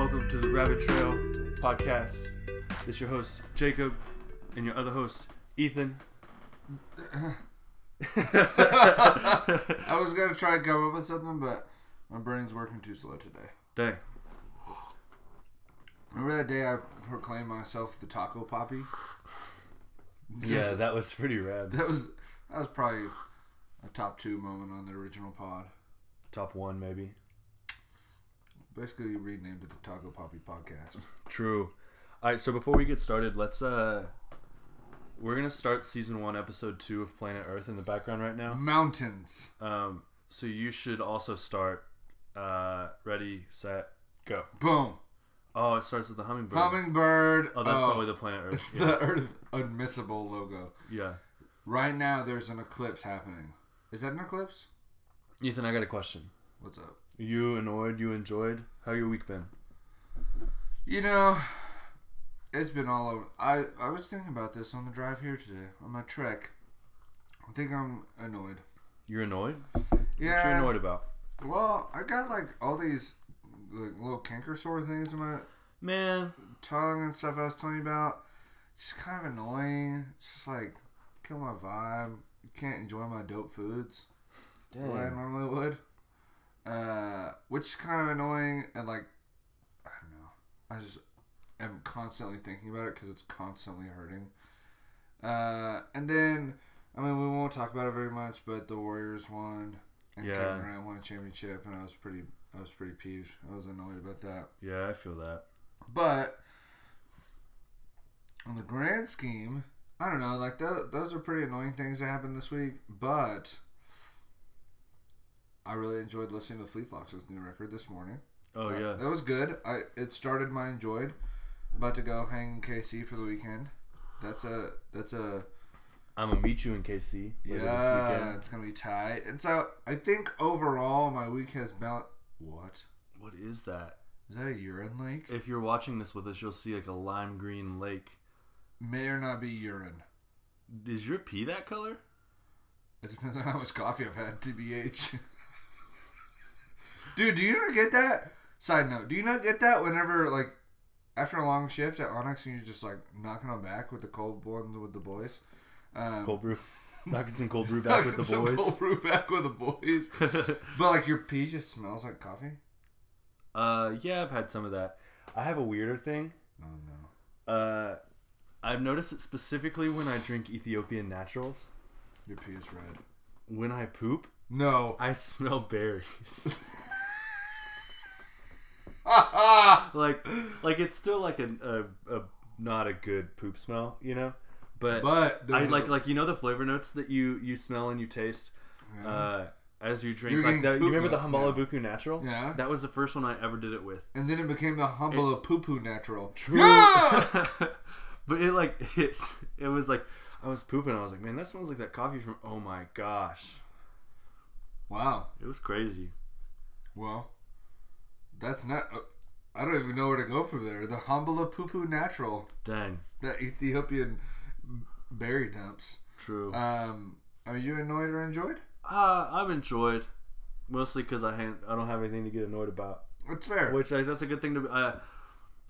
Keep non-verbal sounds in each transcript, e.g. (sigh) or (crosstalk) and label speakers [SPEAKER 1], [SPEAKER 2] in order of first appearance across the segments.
[SPEAKER 1] Rabbit Trail podcast. It's your host, Jacob, and your other host, Ethan.
[SPEAKER 2] I was gonna try to come up with something, but my brain's working too slow today.
[SPEAKER 1] Day.
[SPEAKER 2] Remember that day I proclaimed myself the taco poppy?
[SPEAKER 3] Yeah, that was pretty rad.
[SPEAKER 2] That was that was probably a top two moment on the original pod.
[SPEAKER 3] Top one, maybe.
[SPEAKER 2] Basically, you renamed it the Taco Poppy
[SPEAKER 1] (laughs)
[SPEAKER 2] Podcast.
[SPEAKER 1] True. All right, so before we get started, let's uh we're going to start season 1 episode 2 of Planet Earth in the background right now.
[SPEAKER 2] Mountains.
[SPEAKER 1] Um so you should also start uh ready, set, go.
[SPEAKER 2] Boom.
[SPEAKER 1] Oh, it starts with the hummingbird.
[SPEAKER 2] Hummingbird.
[SPEAKER 1] oh, that's probably the planet (laughs)
[SPEAKER 2] it's
[SPEAKER 1] Earth. Yeah.
[SPEAKER 2] the Earth unmissable logo.
[SPEAKER 1] yeah.
[SPEAKER 2] Right now, there's an eclipse happening. Is that an eclipse?
[SPEAKER 1] (laughs) Ethan, I got a question.
[SPEAKER 2] What's up?
[SPEAKER 1] You annoyed, you enjoyed. How your week been?
[SPEAKER 2] You know, it's been all over. I, I was thinking about this on the drive here today, on my trek. I think I'm annoyed.
[SPEAKER 1] You're annoyed? What you
[SPEAKER 2] Yeah.
[SPEAKER 1] annoyed about?
[SPEAKER 2] Well, I got like all these like little canker sore things in my
[SPEAKER 1] Man,
[SPEAKER 2] tongue and stuff I was telling you about. It's just kind of annoying. It's just like kill my vibe. Can't enjoy my dope foods the way I normally would. Uh, which is kind of annoying and like I don't know. I just am constantly thinking about it because it's constantly hurting. Uh, and then I mean we won't talk about it very much, but the Warriors won and
[SPEAKER 1] Yeah.
[SPEAKER 2] Kevin Durant won a championship, and I was pretty I was pretty peeved. I was annoyed about that.
[SPEAKER 1] Yeah, I feel that.
[SPEAKER 2] But on the grand scheme, I don't know. Like tho- those are pretty annoying things that happened this week. But I really enjoyed listening to Fleet Fox's new record this morning.
[SPEAKER 1] Oh
[SPEAKER 2] That-
[SPEAKER 1] yeah.
[SPEAKER 2] that was good. I it started my enjoyed. About to go hang in KC for the weekend. That's a that's a
[SPEAKER 1] I'm gonna meet you in KC later
[SPEAKER 2] yeah.
[SPEAKER 1] this weekend.
[SPEAKER 2] It's gonna be tight. And so I think overall my week has been what
[SPEAKER 1] What is that?
[SPEAKER 2] is that a urine lake?
[SPEAKER 1] If you're watching this with us, you'll see like a lime green lake.
[SPEAKER 2] May or not be urine.
[SPEAKER 1] Is your pee that color?
[SPEAKER 2] It depends on how much coffee I've had, TBH. (laughs) Dude, do you not get that? Side note, do you not get that whenever, like, after a long shift at Onyx and you're just, like, knocking on back with the cold one with the boys? Um, (laughs)
[SPEAKER 1] Cold (laughs) brew. Knocking some cold brew back with
[SPEAKER 2] some Cold
[SPEAKER 1] the
[SPEAKER 2] brew back with the
[SPEAKER 1] (laughs)
[SPEAKER 2] boys.
[SPEAKER 1] boys.
[SPEAKER 2] but, like, your pee just smells like coffee?
[SPEAKER 1] uh yeah, I've had some of that. I have a weirder thing.
[SPEAKER 2] Oh, no.
[SPEAKER 1] Uh I've noticed it specifically when I drink Ethiopian naturals.
[SPEAKER 2] Your pee is red.
[SPEAKER 1] When I poop,
[SPEAKER 2] No. (laughs)
[SPEAKER 1] I (laughs) smell berries.
[SPEAKER 2] Ah,
[SPEAKER 1] like like it's still like a, a, a not a good poop smell, you know? But,
[SPEAKER 2] But,
[SPEAKER 1] I like like you know the flavor notes that you you smell and you taste uh, as you drink.
[SPEAKER 2] You're
[SPEAKER 1] like
[SPEAKER 2] getting
[SPEAKER 1] that, you
[SPEAKER 2] poop
[SPEAKER 1] remember the
[SPEAKER 2] notes now.
[SPEAKER 1] Hambalabuku Natural?
[SPEAKER 2] Yeah.
[SPEAKER 1] that was the first one I ever did it with.
[SPEAKER 2] and then it became the humble of poo poo natural.
[SPEAKER 1] (laughs)
[SPEAKER 2] True.
[SPEAKER 1] but it like it's it was like I was pooping. I was like, man, that smells like that coffee from. Oh my gosh,
[SPEAKER 2] Wow.
[SPEAKER 1] it was crazy.
[SPEAKER 2] Well, that's not. Uh, I don't even know where to go from there. The Hambala Poo Poo Natural,
[SPEAKER 1] Dang,
[SPEAKER 2] that Ethiopian berry dumps.
[SPEAKER 1] true. Uh,
[SPEAKER 2] Um, are you annoyed or enjoyed?
[SPEAKER 1] I've enjoyed mostly because I ha- I don't have anything to get annoyed about,
[SPEAKER 2] That's fair.
[SPEAKER 1] which I, that's a good thing to. Uh,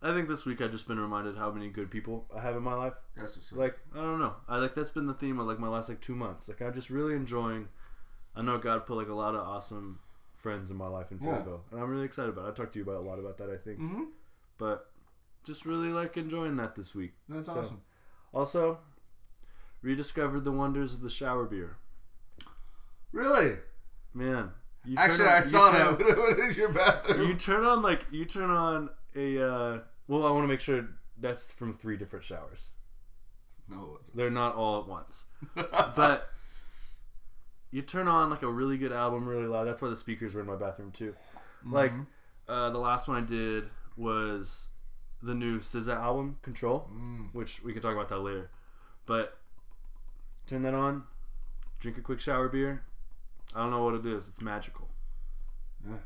[SPEAKER 1] I think this week I've just been reminded how many good people I have in my life.
[SPEAKER 2] That's what's up.
[SPEAKER 1] like I don't know. I like that's been the theme of like my last like two months. Like I'm just really enjoying. I know God put like a lot of awesome friends in my life in
[SPEAKER 2] Yeah.
[SPEAKER 1] Fayetteville, and I'm really excited about. it. I talked to you about a lot about that. I think,
[SPEAKER 2] Mhm.
[SPEAKER 1] but just really like enjoying that this week.
[SPEAKER 2] that's
[SPEAKER 1] so-
[SPEAKER 2] awesome.
[SPEAKER 1] Also, rediscovered the wonders of the shower beer.
[SPEAKER 2] Really?
[SPEAKER 1] Man, you turn
[SPEAKER 2] Actually,
[SPEAKER 1] on-
[SPEAKER 2] I
[SPEAKER 1] you
[SPEAKER 2] saw
[SPEAKER 1] turn
[SPEAKER 2] that. (laughs) what is your
[SPEAKER 1] on-
[SPEAKER 2] bathroom? (laughs)
[SPEAKER 1] you turn on like you turn on a. uh Well, I want to make sure that's from three different showers.
[SPEAKER 2] no, it wasn't.
[SPEAKER 1] They're not all at once. (laughs) but you turn on like a really good album really loud. That's why the speakers were in my bathroom too. Like uh, the last one I did was the new SZA album Control,
[SPEAKER 2] (laughs) Mm.
[SPEAKER 1] which we can talk about that later. But turn that on, drink a quick shower beer. I don't know what it is. It's magical.
[SPEAKER 2] Yeah.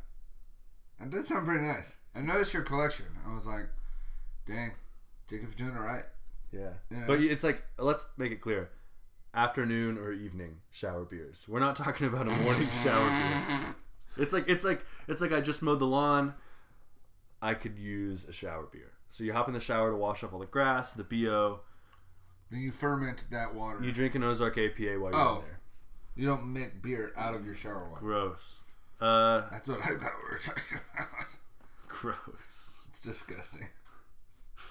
[SPEAKER 2] That did sound pretty nice. I noticed your collection. I was like, dang, Jacob's doing it right.
[SPEAKER 1] Yeah.
[SPEAKER 2] Yeah.
[SPEAKER 1] But it's like let's make it clear. Afternoon or evening shower beers. We're not talking about
[SPEAKER 2] (laughs)
[SPEAKER 1] a morning shower beer. It's like it's like it's like I just mowed the lawn. I could use a shower beer. So you hop in the shower to wash off all the grass, the bo.
[SPEAKER 2] Then you ferment that water.
[SPEAKER 1] You drink an Ozark APA while you're
[SPEAKER 2] Oh.
[SPEAKER 1] in there.
[SPEAKER 2] You don't make beer out of your shower water.
[SPEAKER 1] Gross. Uh, (laughs)
[SPEAKER 2] That's what I thought we were talking about. (laughs)
[SPEAKER 1] gross. (laughs)
[SPEAKER 2] It's disgusting.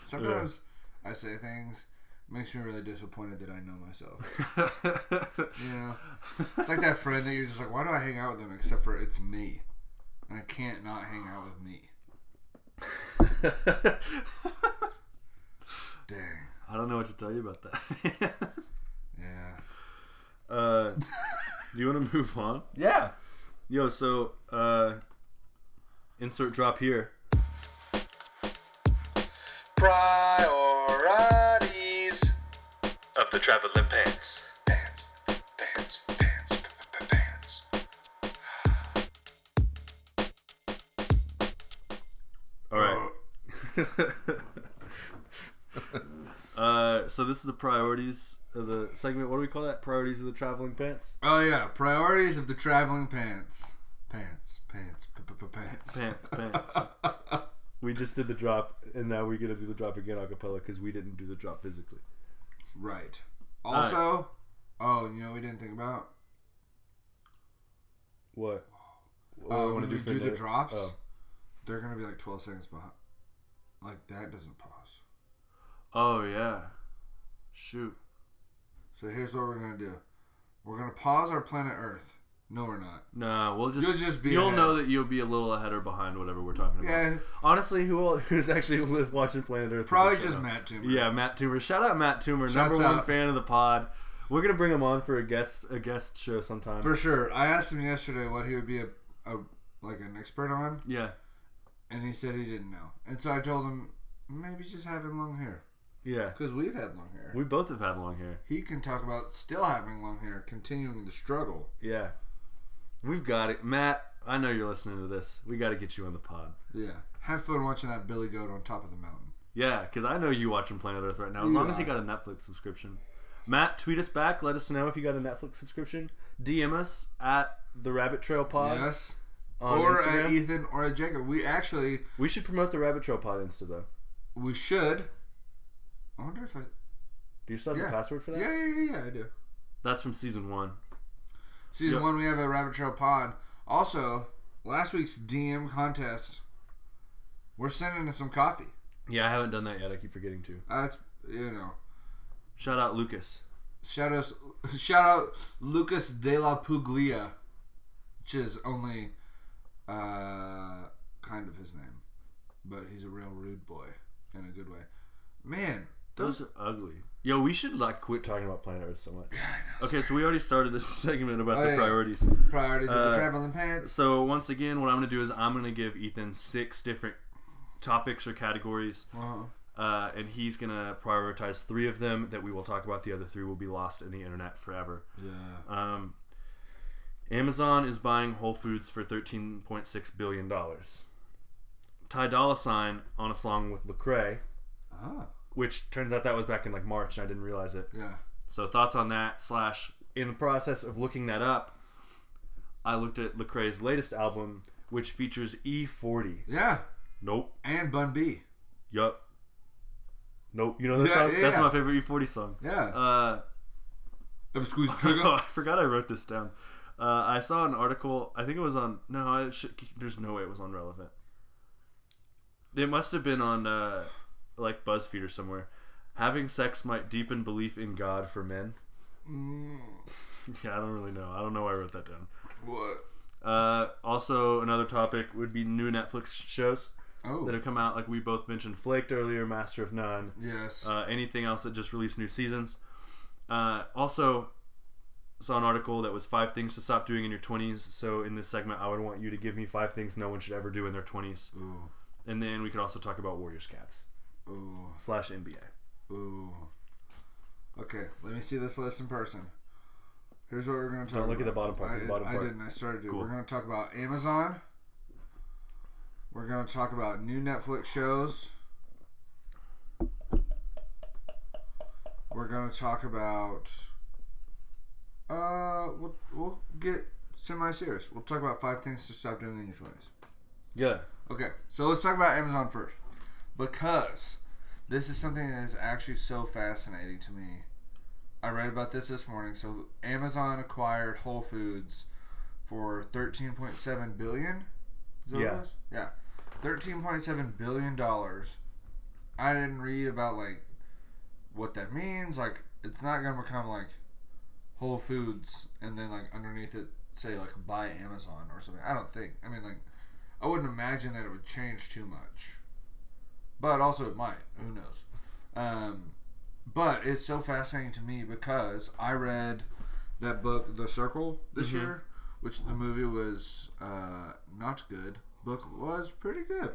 [SPEAKER 2] Sometimes I say things makes me really disappointed that I know myself. You know, it's like that friend that you're just like, why do I hang out with them except for it's me, and I can't not hang out with me. Dang.
[SPEAKER 1] I don't know what to tell you about that. (laughs)
[SPEAKER 2] Yeah.
[SPEAKER 1] uh, do you want to move on?
[SPEAKER 2] Yeah.
[SPEAKER 1] Yo, so uh, insert drop here.
[SPEAKER 2] Priorities.
[SPEAKER 1] Up the traveling pants.
[SPEAKER 2] Pants. Pants. Pants. Pants.
[SPEAKER 1] All
[SPEAKER 2] Oh,
[SPEAKER 1] right. uh, so this is the priorities of the segment. What do we call that? Priorities of the traveling pants.
[SPEAKER 2] Oh yeah, priorities of the traveling pants. Pants, pants, p- p- p- pants.
[SPEAKER 1] Pants, pants. (laughs) we just did the drop, and now we get to do the drop again a cappella because we didn't do the drop physically.
[SPEAKER 2] Right. Also, oh, you know what we didn't think about?
[SPEAKER 1] What?
[SPEAKER 2] Uh, when we
[SPEAKER 1] for
[SPEAKER 2] do the
[SPEAKER 1] another-
[SPEAKER 2] drops,
[SPEAKER 1] Oh.
[SPEAKER 2] they're gonna be like twelve seconds behind. Like that doesn't pause.
[SPEAKER 1] Oh, yeah. Shoot.
[SPEAKER 2] So here's what we're gonna do. We're gonna pause our planet Earth. No, we're not.
[SPEAKER 1] Nah, we'll just
[SPEAKER 2] You'll just be
[SPEAKER 1] you'll
[SPEAKER 2] ahead.
[SPEAKER 1] know that you'll be a little ahead or behind whatever we're talking about.
[SPEAKER 2] Yeah,
[SPEAKER 1] Honestly, who el- (laughs) who's actually li- watching Planet Earth?
[SPEAKER 2] probably
[SPEAKER 1] Shout
[SPEAKER 2] just
[SPEAKER 1] out.
[SPEAKER 2] Matt Toomer.
[SPEAKER 1] Yeah, Matt Toomer. Shout out Matt Toomer,
[SPEAKER 2] Shouts
[SPEAKER 1] number one
[SPEAKER 2] out.
[SPEAKER 1] fan of the pod. We're gonna bring him on for a guest a guest show sometime.
[SPEAKER 2] for sure. I asked him yesterday what he would be a, a like an expert on,
[SPEAKER 1] yeah,
[SPEAKER 2] and he said he didn't know. And so I told him maybe just having long hair
[SPEAKER 1] yeah.
[SPEAKER 2] because we've had long hair.
[SPEAKER 1] We both have had long hair.
[SPEAKER 2] he can talk about still having long hair, continuing the struggle.
[SPEAKER 1] Yeah, we've got it, Matt. I know you're listening to this. We got to get you on the pod.
[SPEAKER 2] Yeah. Have fun watching that Billy Goat on top of the mountain.
[SPEAKER 1] Yeah, because I know you watching Planet Earth right now. As long
[SPEAKER 2] Yeah.
[SPEAKER 1] as you got a Netflix subscription, Matt, tweet us back. Let us know if you got a Netflix subscription. DM us at the Rabbit Trail Pod
[SPEAKER 2] yes.
[SPEAKER 1] on
[SPEAKER 2] or
[SPEAKER 1] Instagram.
[SPEAKER 2] at E- Ethan or at Jacob. We actually
[SPEAKER 1] we should promote the Rabbit Trail Pod Insta though.
[SPEAKER 2] we should. I wonder if I
[SPEAKER 1] Do you still have
[SPEAKER 2] Yeah.
[SPEAKER 1] the password for that?
[SPEAKER 2] Yeah, yeah, yeah, yeah, I do.
[SPEAKER 1] That's from season one.
[SPEAKER 2] Season
[SPEAKER 1] Yeah.
[SPEAKER 2] one we have a rabbit trail pod. Also, last week's DM contest, we're sending us some coffee.
[SPEAKER 1] Yeah, I haven't done that yet. I keep forgetting to.
[SPEAKER 2] Uh, That's you know.
[SPEAKER 1] Shout out Lucas.
[SPEAKER 2] Shout out (laughs) shout out Lucas de la Puglia, which is only uh, kind of his name. But he's a real rude boy in a good way. Man,
[SPEAKER 1] Those are ugly. Yo, we should like quit talking about Planet Earth so much.
[SPEAKER 2] know,
[SPEAKER 1] Okay, so we already started this (laughs) segment about
[SPEAKER 2] Oh,
[SPEAKER 1] the
[SPEAKER 2] yeah.
[SPEAKER 1] priorities.
[SPEAKER 2] priorities of
[SPEAKER 1] Uh,
[SPEAKER 2] the traveling pants.
[SPEAKER 1] So once again, what I'm gonna do is I'm gonna give Ethan six different topics or categories,
[SPEAKER 2] Uh-huh.
[SPEAKER 1] uh, and he's gonna prioritize three of them that we will talk about. The other three will be lost in the internet forever.
[SPEAKER 2] Yeah.
[SPEAKER 1] Um, Amazon is buying Whole Foods for thirteen point six billion dollars. Ty Dolla Sign on a song with Lecrae,
[SPEAKER 2] Oh.
[SPEAKER 1] which turns out that was back in like March, and I didn't realize it.
[SPEAKER 2] Yeah.
[SPEAKER 1] So thoughts on that? Slash, in the process of looking that up, I looked at Lecrae's latest album, which features E40.
[SPEAKER 2] Yeah.
[SPEAKER 1] Nope.
[SPEAKER 2] And Bun B.
[SPEAKER 1] Yup. Nope. You know that
[SPEAKER 2] Yeah,
[SPEAKER 1] song?
[SPEAKER 2] yeah,
[SPEAKER 1] That's
[SPEAKER 2] yeah.
[SPEAKER 1] my favorite E40 song.
[SPEAKER 2] Yeah.
[SPEAKER 1] Uh, (laughs)
[SPEAKER 2] Ever squeeze the
[SPEAKER 1] oh, (laughs)
[SPEAKER 2] trigger?
[SPEAKER 1] I forgot I wrote this down. Uh, I saw an article. I think it was on. No, I should, there's no way it was on Relevant. It must have been on uh, like BuzzFeed or somewhere. Having sex might deepen belief in God for men.
[SPEAKER 2] mm,
[SPEAKER 1] (laughs) Yeah, I don't really know. I don't know why I wrote that down.
[SPEAKER 2] what?
[SPEAKER 1] Uh, also, another topic would be new Netflix shows that
[SPEAKER 2] Oh.
[SPEAKER 1] have come out. Like we both mentioned, Flaked earlier, Master of None.
[SPEAKER 2] Yes.
[SPEAKER 1] Uh, anything else that just released new seasons. Uh, also, saw an article that was five things to stop doing in your twenties. So in this segment, I would want you to give me five things no one should ever do in their twenties,
[SPEAKER 2] ooh.
[SPEAKER 1] and then we could also talk about Warriors Caps
[SPEAKER 2] Ooh.
[SPEAKER 1] slash NBA.
[SPEAKER 2] Ooh. Okay, let me see this list in person. Here's what we're going to
[SPEAKER 1] Don't
[SPEAKER 2] talk about.
[SPEAKER 1] look at the bottom part,
[SPEAKER 2] I,
[SPEAKER 1] it's the
[SPEAKER 2] did-
[SPEAKER 1] bottom
[SPEAKER 2] I
[SPEAKER 1] part.
[SPEAKER 2] didn't. I started to.
[SPEAKER 1] Cool.
[SPEAKER 2] We're going to talk about Amazon. We're going to talk about new Netflix shows. We're going to talk about. Uh, we'll, we'll get semi serious. We'll talk about five things to stop doing in your 20s.
[SPEAKER 1] Yeah,
[SPEAKER 2] Okay, so let's talk about Amazon first because this is something that is actually so fascinating to me. I read about this this morning. So Amazon acquired Whole Foods for 13.7 billion. Is that yeah. What it was? Yeah. 13.7 billion dollars. I didn't read about like what that means. Like it's not going to become like Whole Foods and then like underneath it say like buy Amazon or something. I don't think. I mean like I wouldn't imagine that it would change too much. But also it might. Who knows? Um, but it's so fascinating to me because I read that book, The Circle, this mm-hmm. year, which the movie was uh, not good. Book was pretty good.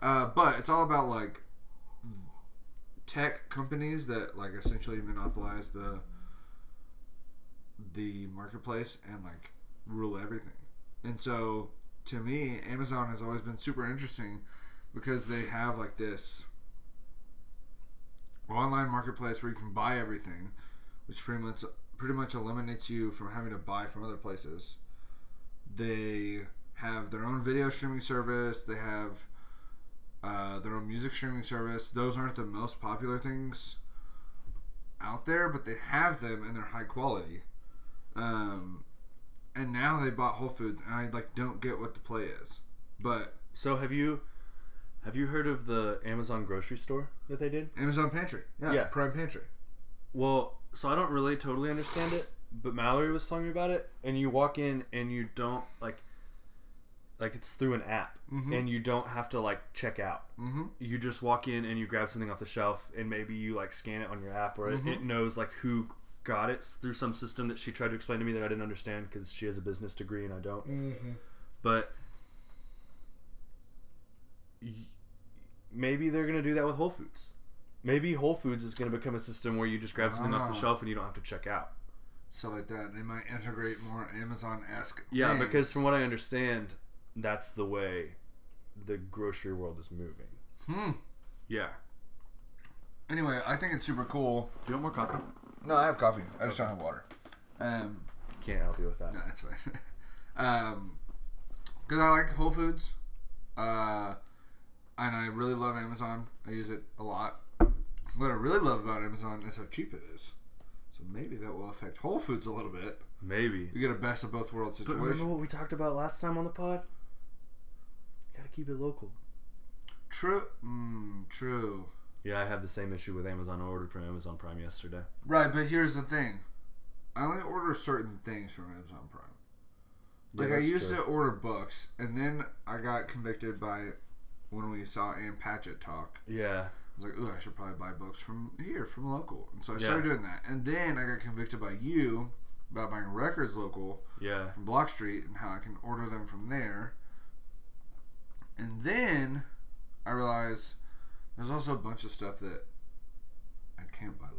[SPEAKER 2] Uh, but it's all about like tech companies that like essentially monopolize the the marketplace and like rule everything. And so to me, Amazon has always been super interesting because they have like this online marketplace where you can buy everything, which pretty much pretty much eliminates you from having to buy from other places. They have their own video streaming service. They have uh, their own music streaming service. Those aren't the most popular things out there, but they have them and they're high quality. Um, and now they bought Whole Foods, and I like don't get what the play is. But
[SPEAKER 1] so have you? Have you heard of the Amazon grocery store that they did?
[SPEAKER 2] Amazon Pantry. Yeah, yeah. Prime Pantry.
[SPEAKER 1] Well, so I don't really totally understand it, but Mallory was telling me about it, and you walk in and you don't like like it's through an app mm-hmm. and you don't have to like check out mm-hmm. you just walk in and you grab something off the shelf and maybe you like scan it on your app or mm-hmm. it, it knows like who got it through some system that she tried to explain to me that i didn't understand because she has a business degree and i don't but maybe they're going to do that with Whole Foods. Maybe Whole Foods is going to become a system where you just grab something off the shelf and you don't have to check out.
[SPEAKER 2] Stuff like that. They might integrate more Amazon esque.
[SPEAKER 1] Yeah, things. because from what I understand, that's the way the grocery world is moving.
[SPEAKER 2] Hmm.
[SPEAKER 1] Yeah.
[SPEAKER 2] Anyway, I think it's super cool.
[SPEAKER 1] Do you want more coffee?
[SPEAKER 2] No, I have coffee. I just okay. don't have water. Um,
[SPEAKER 1] Can't help you with that.
[SPEAKER 2] No, that's fine. (laughs) um, because I like Whole Foods. Uh, and I really love Amazon. I use it a lot. What I really love about Amazon is how cheap it is. So maybe that will affect Whole Foods a little bit.
[SPEAKER 1] Maybe
[SPEAKER 2] you get a best of both worlds situation.
[SPEAKER 1] But remember what we talked about last time on the pod? You gotta keep it local.
[SPEAKER 2] True. Mm, true.
[SPEAKER 1] Yeah, I have the same issue with Amazon. I ordered from Amazon Prime yesterday.
[SPEAKER 2] Right, but here's the thing: I only order certain things from Amazon Prime. Like yeah, I used true. to order books, and then I got convicted by when we saw Ann Patchett talk.
[SPEAKER 1] Yeah.
[SPEAKER 2] I was like, ooh, I should probably buy books from here, from local. And so I yeah. started doing that. And then I got convicted by you about buying records local
[SPEAKER 1] yeah.
[SPEAKER 2] from Block Street and how I can order them from there. And then I realized there's also a bunch of stuff that I can't buy local.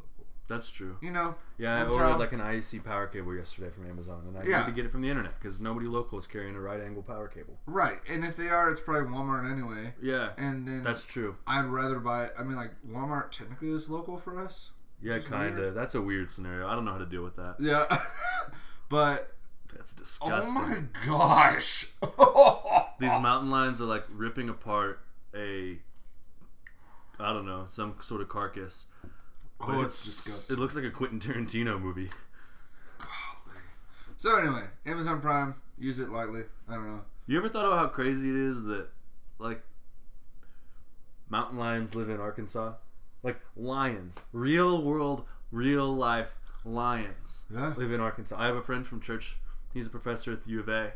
[SPEAKER 1] That's true.
[SPEAKER 2] You know?
[SPEAKER 1] Yeah, I ordered so, like an IEC power cable yesterday from Amazon, and I yeah. need to get it from the internet because nobody local is carrying a right angle power cable.
[SPEAKER 2] Right, and if they are, it's probably Walmart anyway.
[SPEAKER 1] Yeah.
[SPEAKER 2] And then
[SPEAKER 1] that's true.
[SPEAKER 2] I'd rather buy. I mean, like Walmart technically is local for us.
[SPEAKER 1] Yeah, kind of. That's a weird scenario. I don't know how to deal with that.
[SPEAKER 2] Yeah, (laughs) but
[SPEAKER 1] that's disgusting.
[SPEAKER 2] Oh my gosh! (laughs)
[SPEAKER 1] These mountain lions are like ripping apart a, I don't know, some sort of carcass. But oh, it's, it's, disgusting. It looks like a Quentin Tarantino movie.
[SPEAKER 2] Golly. So anyway, Amazon Prime, use it lightly. I don't know.
[SPEAKER 1] You ever thought about how crazy it is that, like, mountain lions live in Arkansas? Like lions, real world, real life lions
[SPEAKER 2] yeah.
[SPEAKER 1] live in Arkansas. I have a friend from church. He's a professor at the U of A.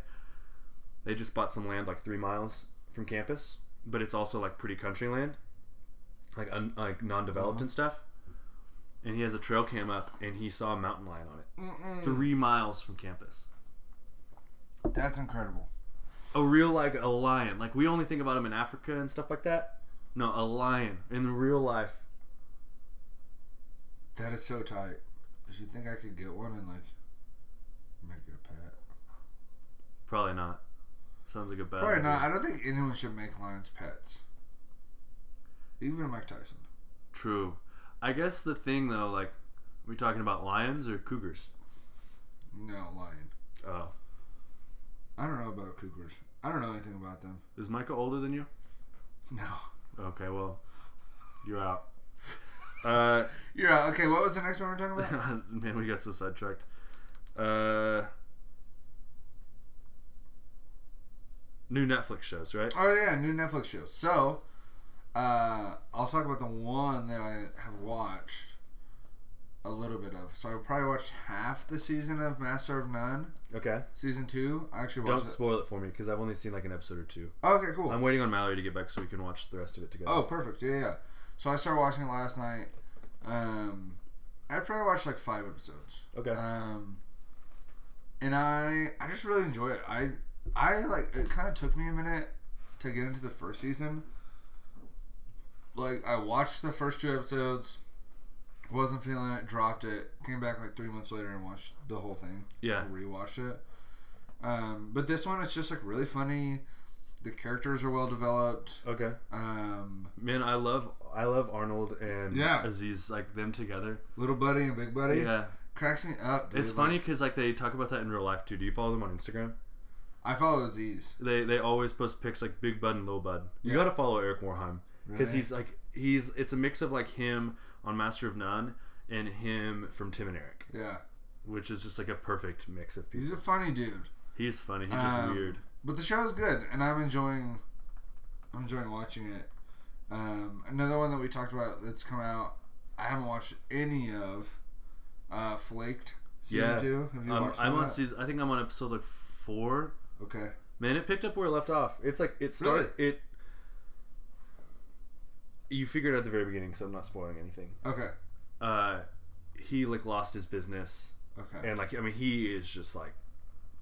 [SPEAKER 1] They just bought some land like three miles from campus, but it's also like pretty country land, like un- like non-developed uh-huh. and stuff and he has a trail cam up and he saw a mountain lion on it
[SPEAKER 2] Mm-mm.
[SPEAKER 1] three miles from campus
[SPEAKER 2] that's incredible
[SPEAKER 1] a real like a lion like we only think about him in africa and stuff like that no a lion in real life
[SPEAKER 2] that is so tight do you think i could get one and like make it a pet
[SPEAKER 1] probably not sounds like a bad
[SPEAKER 2] probably
[SPEAKER 1] idea.
[SPEAKER 2] not i don't think anyone should make lions pets even mike tyson
[SPEAKER 1] true I guess the thing though, like, are we talking about lions or cougars?
[SPEAKER 2] No, lion.
[SPEAKER 1] Oh.
[SPEAKER 2] I don't know about Cougars. I don't know anything about them. (laughs)
[SPEAKER 1] Is Micah older than you?
[SPEAKER 2] No.
[SPEAKER 1] Okay, well, you're (laughs) out. Uh, (laughs)
[SPEAKER 2] You're out. Okay, what was the next one we're talking about?
[SPEAKER 1] man, we got so sidetracked. Uh, new Netflix shows, right?
[SPEAKER 2] oh yeah, new Netflix show. So, uh, I'll talk about the one that I have watched a little bit of. So I probably watched half the season of Master of None,
[SPEAKER 1] Okay.
[SPEAKER 2] season two. I actually
[SPEAKER 1] Don't
[SPEAKER 2] watched. it. Oh,
[SPEAKER 1] spoil it for me because I've only seen like an episode or two.
[SPEAKER 2] Okay, cool.
[SPEAKER 1] I'm waiting on Mallory to get back so we can watch the rest of it together.
[SPEAKER 2] Oh, perfect. Yeah, yeah. So I started watching it last night. Um, I probably watched like five episodes.
[SPEAKER 1] Okay.
[SPEAKER 2] Um, and I I just really enjoy it. I I like it. Kind of took me a minute to get into the first season. Like I watched the first two episodes, wasn't feeling it, dropped it, came back like three months later and watched the whole thing.
[SPEAKER 1] yeah.
[SPEAKER 2] I rewatched it. Um, but this one is just like really funny. The characters are well developed.
[SPEAKER 1] Okay.
[SPEAKER 2] Um,
[SPEAKER 1] Man, I love I love Arnold and
[SPEAKER 2] Yeah.
[SPEAKER 1] Aziz like them together.
[SPEAKER 2] Little Buddy and Big Buddy
[SPEAKER 1] Yeah.
[SPEAKER 2] cracks me up. Dude.
[SPEAKER 1] It's
[SPEAKER 2] Like,
[SPEAKER 1] funny because like they talk about that in real life too. Do you follow them on Instagram?
[SPEAKER 2] I follow Aziz.
[SPEAKER 1] They they always post pics like Big Bud and Little Bud. You
[SPEAKER 2] Yeah.
[SPEAKER 1] gotta follow Eric Warheim because
[SPEAKER 2] Really?
[SPEAKER 1] he's like he's it's a mix of like him on Master of None and him from Tim and Eric,
[SPEAKER 2] Yeah,
[SPEAKER 1] which is just like a perfect mix of people.
[SPEAKER 2] he's a funny dude.
[SPEAKER 1] He's funny. He's just
[SPEAKER 2] Um,
[SPEAKER 1] weird.
[SPEAKER 2] But the show is good, and I'm enjoying. I'm enjoying watching it. Um, another one that we talked about that's come out. I haven't watched any of. Uh, Flaked season
[SPEAKER 1] Yeah.
[SPEAKER 2] two. Have you
[SPEAKER 1] Um,
[SPEAKER 2] watched?
[SPEAKER 1] I'm
[SPEAKER 2] some of
[SPEAKER 1] on
[SPEAKER 2] that?
[SPEAKER 1] season. I think I'm on episode like four.
[SPEAKER 2] Okay.
[SPEAKER 1] Man, it picked up where it left off. It's like it started it. You figured it at the very beginning, so I'm not spoiling anything.
[SPEAKER 2] Okay.
[SPEAKER 1] Uh, he like lost his business,
[SPEAKER 2] Okay.
[SPEAKER 1] and like I mean, he is just like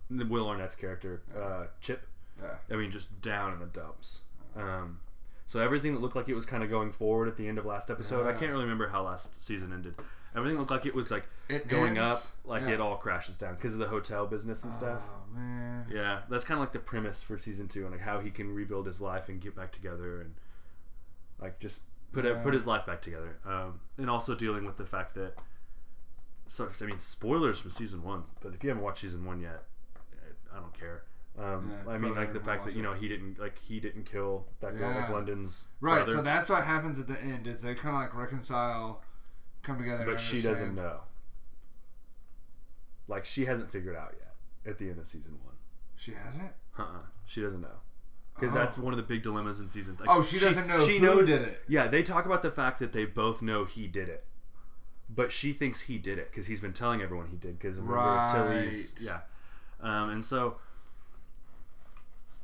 [SPEAKER 1] Will Arnett's character, uh, Chip.
[SPEAKER 2] Yeah.
[SPEAKER 1] I mean, just down in the dumps. Um, so everything that looked like it was kind of going forward at the end of last episode, I
[SPEAKER 2] Yeah.
[SPEAKER 1] can't really remember how last season ended. Everything looked like it was like
[SPEAKER 2] It
[SPEAKER 1] going up,
[SPEAKER 2] ends-
[SPEAKER 1] like
[SPEAKER 2] yeah.
[SPEAKER 1] it all crashes down because of the hotel business and stuff.
[SPEAKER 2] Oh man.
[SPEAKER 1] Yeah, that's kind of like the premise for season two, and like how he can rebuild his life and get back together, and like just put it,
[SPEAKER 2] Yeah.
[SPEAKER 1] put his life back together. Um, and also dealing with the fact that, so I mean, spoilers from season one, but if you haven't watched season one yet, eh, I, I don't care. Um,
[SPEAKER 2] Yeah,
[SPEAKER 1] I mean,
[SPEAKER 2] probably
[SPEAKER 1] like the
[SPEAKER 2] never
[SPEAKER 1] fact
[SPEAKER 2] watch
[SPEAKER 1] that you know he didn't like he didn't kill that girl like
[SPEAKER 2] Yeah.
[SPEAKER 1] London's
[SPEAKER 2] Right.
[SPEAKER 1] brother,
[SPEAKER 2] So that's what happens at the end. Is they kind of like reconcile, come together.
[SPEAKER 1] but
[SPEAKER 2] and
[SPEAKER 1] she
[SPEAKER 2] understand.
[SPEAKER 1] doesn't know. Like she hasn't figured out yet at the end of season one.
[SPEAKER 2] She hasn't.
[SPEAKER 1] Uh-uh. She doesn't know. Because
[SPEAKER 2] Oh.
[SPEAKER 1] that's one of the big dilemmas in season. Like,
[SPEAKER 2] Oh, she doesn't know who did it.
[SPEAKER 1] Yeah, they talk about the fact that they both know he did it, but she thinks he did it because he's been telling everyone he did. Because
[SPEAKER 2] Right.
[SPEAKER 1] Tilly's, yeah, um, and so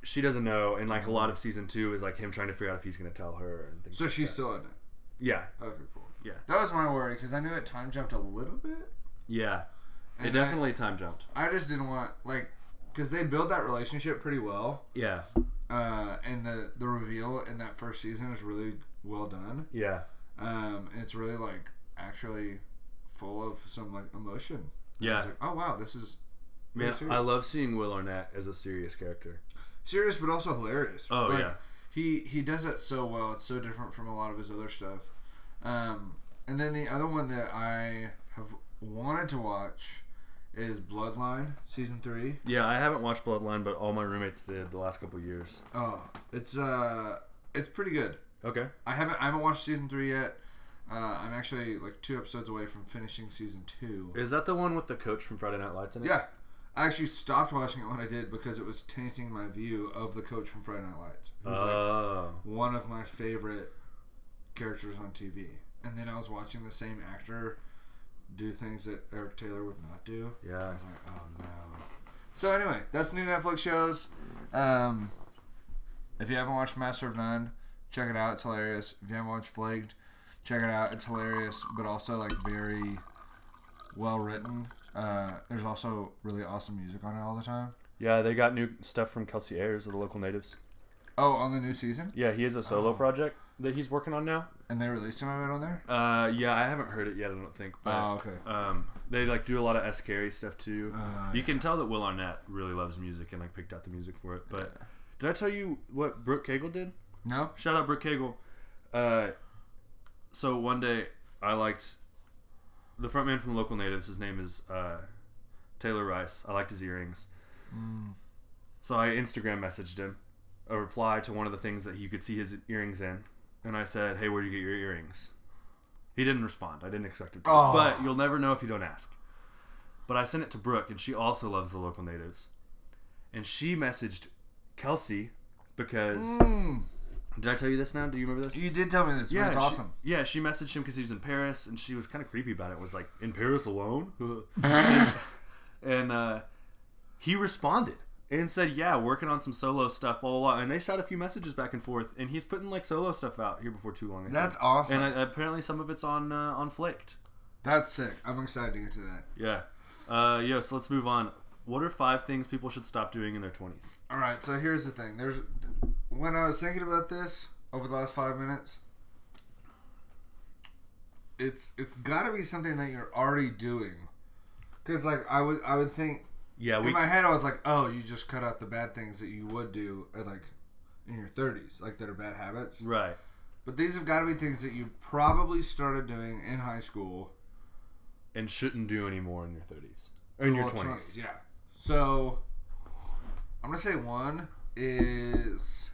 [SPEAKER 1] she doesn't know. And like a lot of season two is like him trying to figure out if he's going to tell her. And things
[SPEAKER 2] So
[SPEAKER 1] like
[SPEAKER 2] she's
[SPEAKER 1] that.
[SPEAKER 2] still in it.
[SPEAKER 1] yeah,
[SPEAKER 2] Okay, cool.
[SPEAKER 1] Yeah.
[SPEAKER 2] That was my worry because I knew it time jumped a little bit.
[SPEAKER 1] yeah.
[SPEAKER 2] And
[SPEAKER 1] it definitely time jumped.
[SPEAKER 2] I, I just didn't want like because they build that relationship pretty well,
[SPEAKER 1] Yeah,
[SPEAKER 2] uh, and the the reveal in that first season is really well done.
[SPEAKER 1] yeah,
[SPEAKER 2] Um, it's really like actually full of some like emotion. And
[SPEAKER 1] Yeah.
[SPEAKER 2] It's like, oh wow, this is
[SPEAKER 1] man. I
[SPEAKER 2] pretty serious.
[SPEAKER 1] love seeing Will Arnett as a serious character.
[SPEAKER 2] serious but also hilarious.
[SPEAKER 1] Oh,
[SPEAKER 2] Like,
[SPEAKER 1] yeah.
[SPEAKER 2] he he does that so well. It's so different from a lot of his other stuff. Um, and then the other one that I have wanted to watch is Bloodline season three.
[SPEAKER 1] Yeah, I haven't watched Bloodline, but all my roommates did the last couple years.
[SPEAKER 2] Oh, it's uh, it's pretty good.
[SPEAKER 1] Okay.
[SPEAKER 2] I haven't I haven't watched season three yet. Uh, I'm actually like two episodes away from finishing season two.
[SPEAKER 1] Is that the one with the coach from Friday Night Lights in it?
[SPEAKER 2] Yeah, I actually stopped watching it when I did because it was tainting my view of the coach from Friday Night Lights, who's like
[SPEAKER 1] Oh.
[SPEAKER 2] one of my favorite characters on TV. And then I was watching the same actor do things that Eric Taylor would not do. I
[SPEAKER 1] yeah.
[SPEAKER 2] was like, oh no. So anyway, that's new Netflix shows. Um, if you haven't watched Master of None, check it out. It's hilarious. If you haven't watched Flaked, check it out. It's hilarious, but also like very well written. Uh, there's also really awesome music on it all the time.
[SPEAKER 1] Yeah, they got new stuff from Kelsey Ayers of the local natives.
[SPEAKER 2] Oh, on the new season,
[SPEAKER 1] Yeah, he has a solo project that he's working on now.
[SPEAKER 2] and they released some of it on there.
[SPEAKER 1] Uh, yeah, I haven't heard it yet. I don't think, but
[SPEAKER 2] Oh, okay.
[SPEAKER 1] um, they like do a lot of S. Carey stuff too.
[SPEAKER 2] Uh,
[SPEAKER 1] you can tell that Will Arnett really loves music and like picked out the music for it. But did I tell you what Brooke Cagle did?
[SPEAKER 2] No.
[SPEAKER 1] Shout out Brooke Cagle. Uh, so one day I liked the front man from the local natives. His name is uh, Taylor Rice. I liked his earrings. So I Instagram messaged him a reply to one of the things that he could see his earrings in, and I said, "Hey, where'd you get your earrings?" He didn't respond. I didn't expect him to.
[SPEAKER 2] Oh.
[SPEAKER 1] But you'll never know if you don't ask. But I sent it to Brooke, and she also loves the local natives, and she messaged Kelsey because
[SPEAKER 2] Mm,
[SPEAKER 1] did I tell you this now? Do you remember this?
[SPEAKER 2] you did tell me this. Yeah, it's
[SPEAKER 1] she-
[SPEAKER 2] awesome.
[SPEAKER 1] Yeah, she messaged him because he was in Paris, and she was kind of creepy about it. Was like, in Paris alone? (laughs) and uh, he responded and said, "Yeah, working on some solo stuff, blah blah." blah. And they shot a few messages back and forth, and he's putting like solo stuff out here before too long. I think.
[SPEAKER 2] That's awesome.
[SPEAKER 1] and uh, apparently some of it's on uh, on Flicked.
[SPEAKER 2] That's sick. I'm excited to get to that.
[SPEAKER 1] Yeah. Uh, yo, so let's move on. What are five things people should stop doing in their twenties?
[SPEAKER 2] All right, so here's the thing. There's when I was thinking about this over the last five minutes, it's it's got to be something that you're already doing, because like I would I would think
[SPEAKER 1] Yeah,
[SPEAKER 2] in
[SPEAKER 1] we.
[SPEAKER 2] my head I was like, oh, you just cut out the bad things that you would do at like in your 30s, like that are bad habits.
[SPEAKER 1] Right.
[SPEAKER 2] But these have got to be things that you probably started doing in high school
[SPEAKER 1] And shouldn't do anymore in your thirties or in your
[SPEAKER 2] Well,
[SPEAKER 1] twenties.
[SPEAKER 2] Yeah. So I'm gonna say one is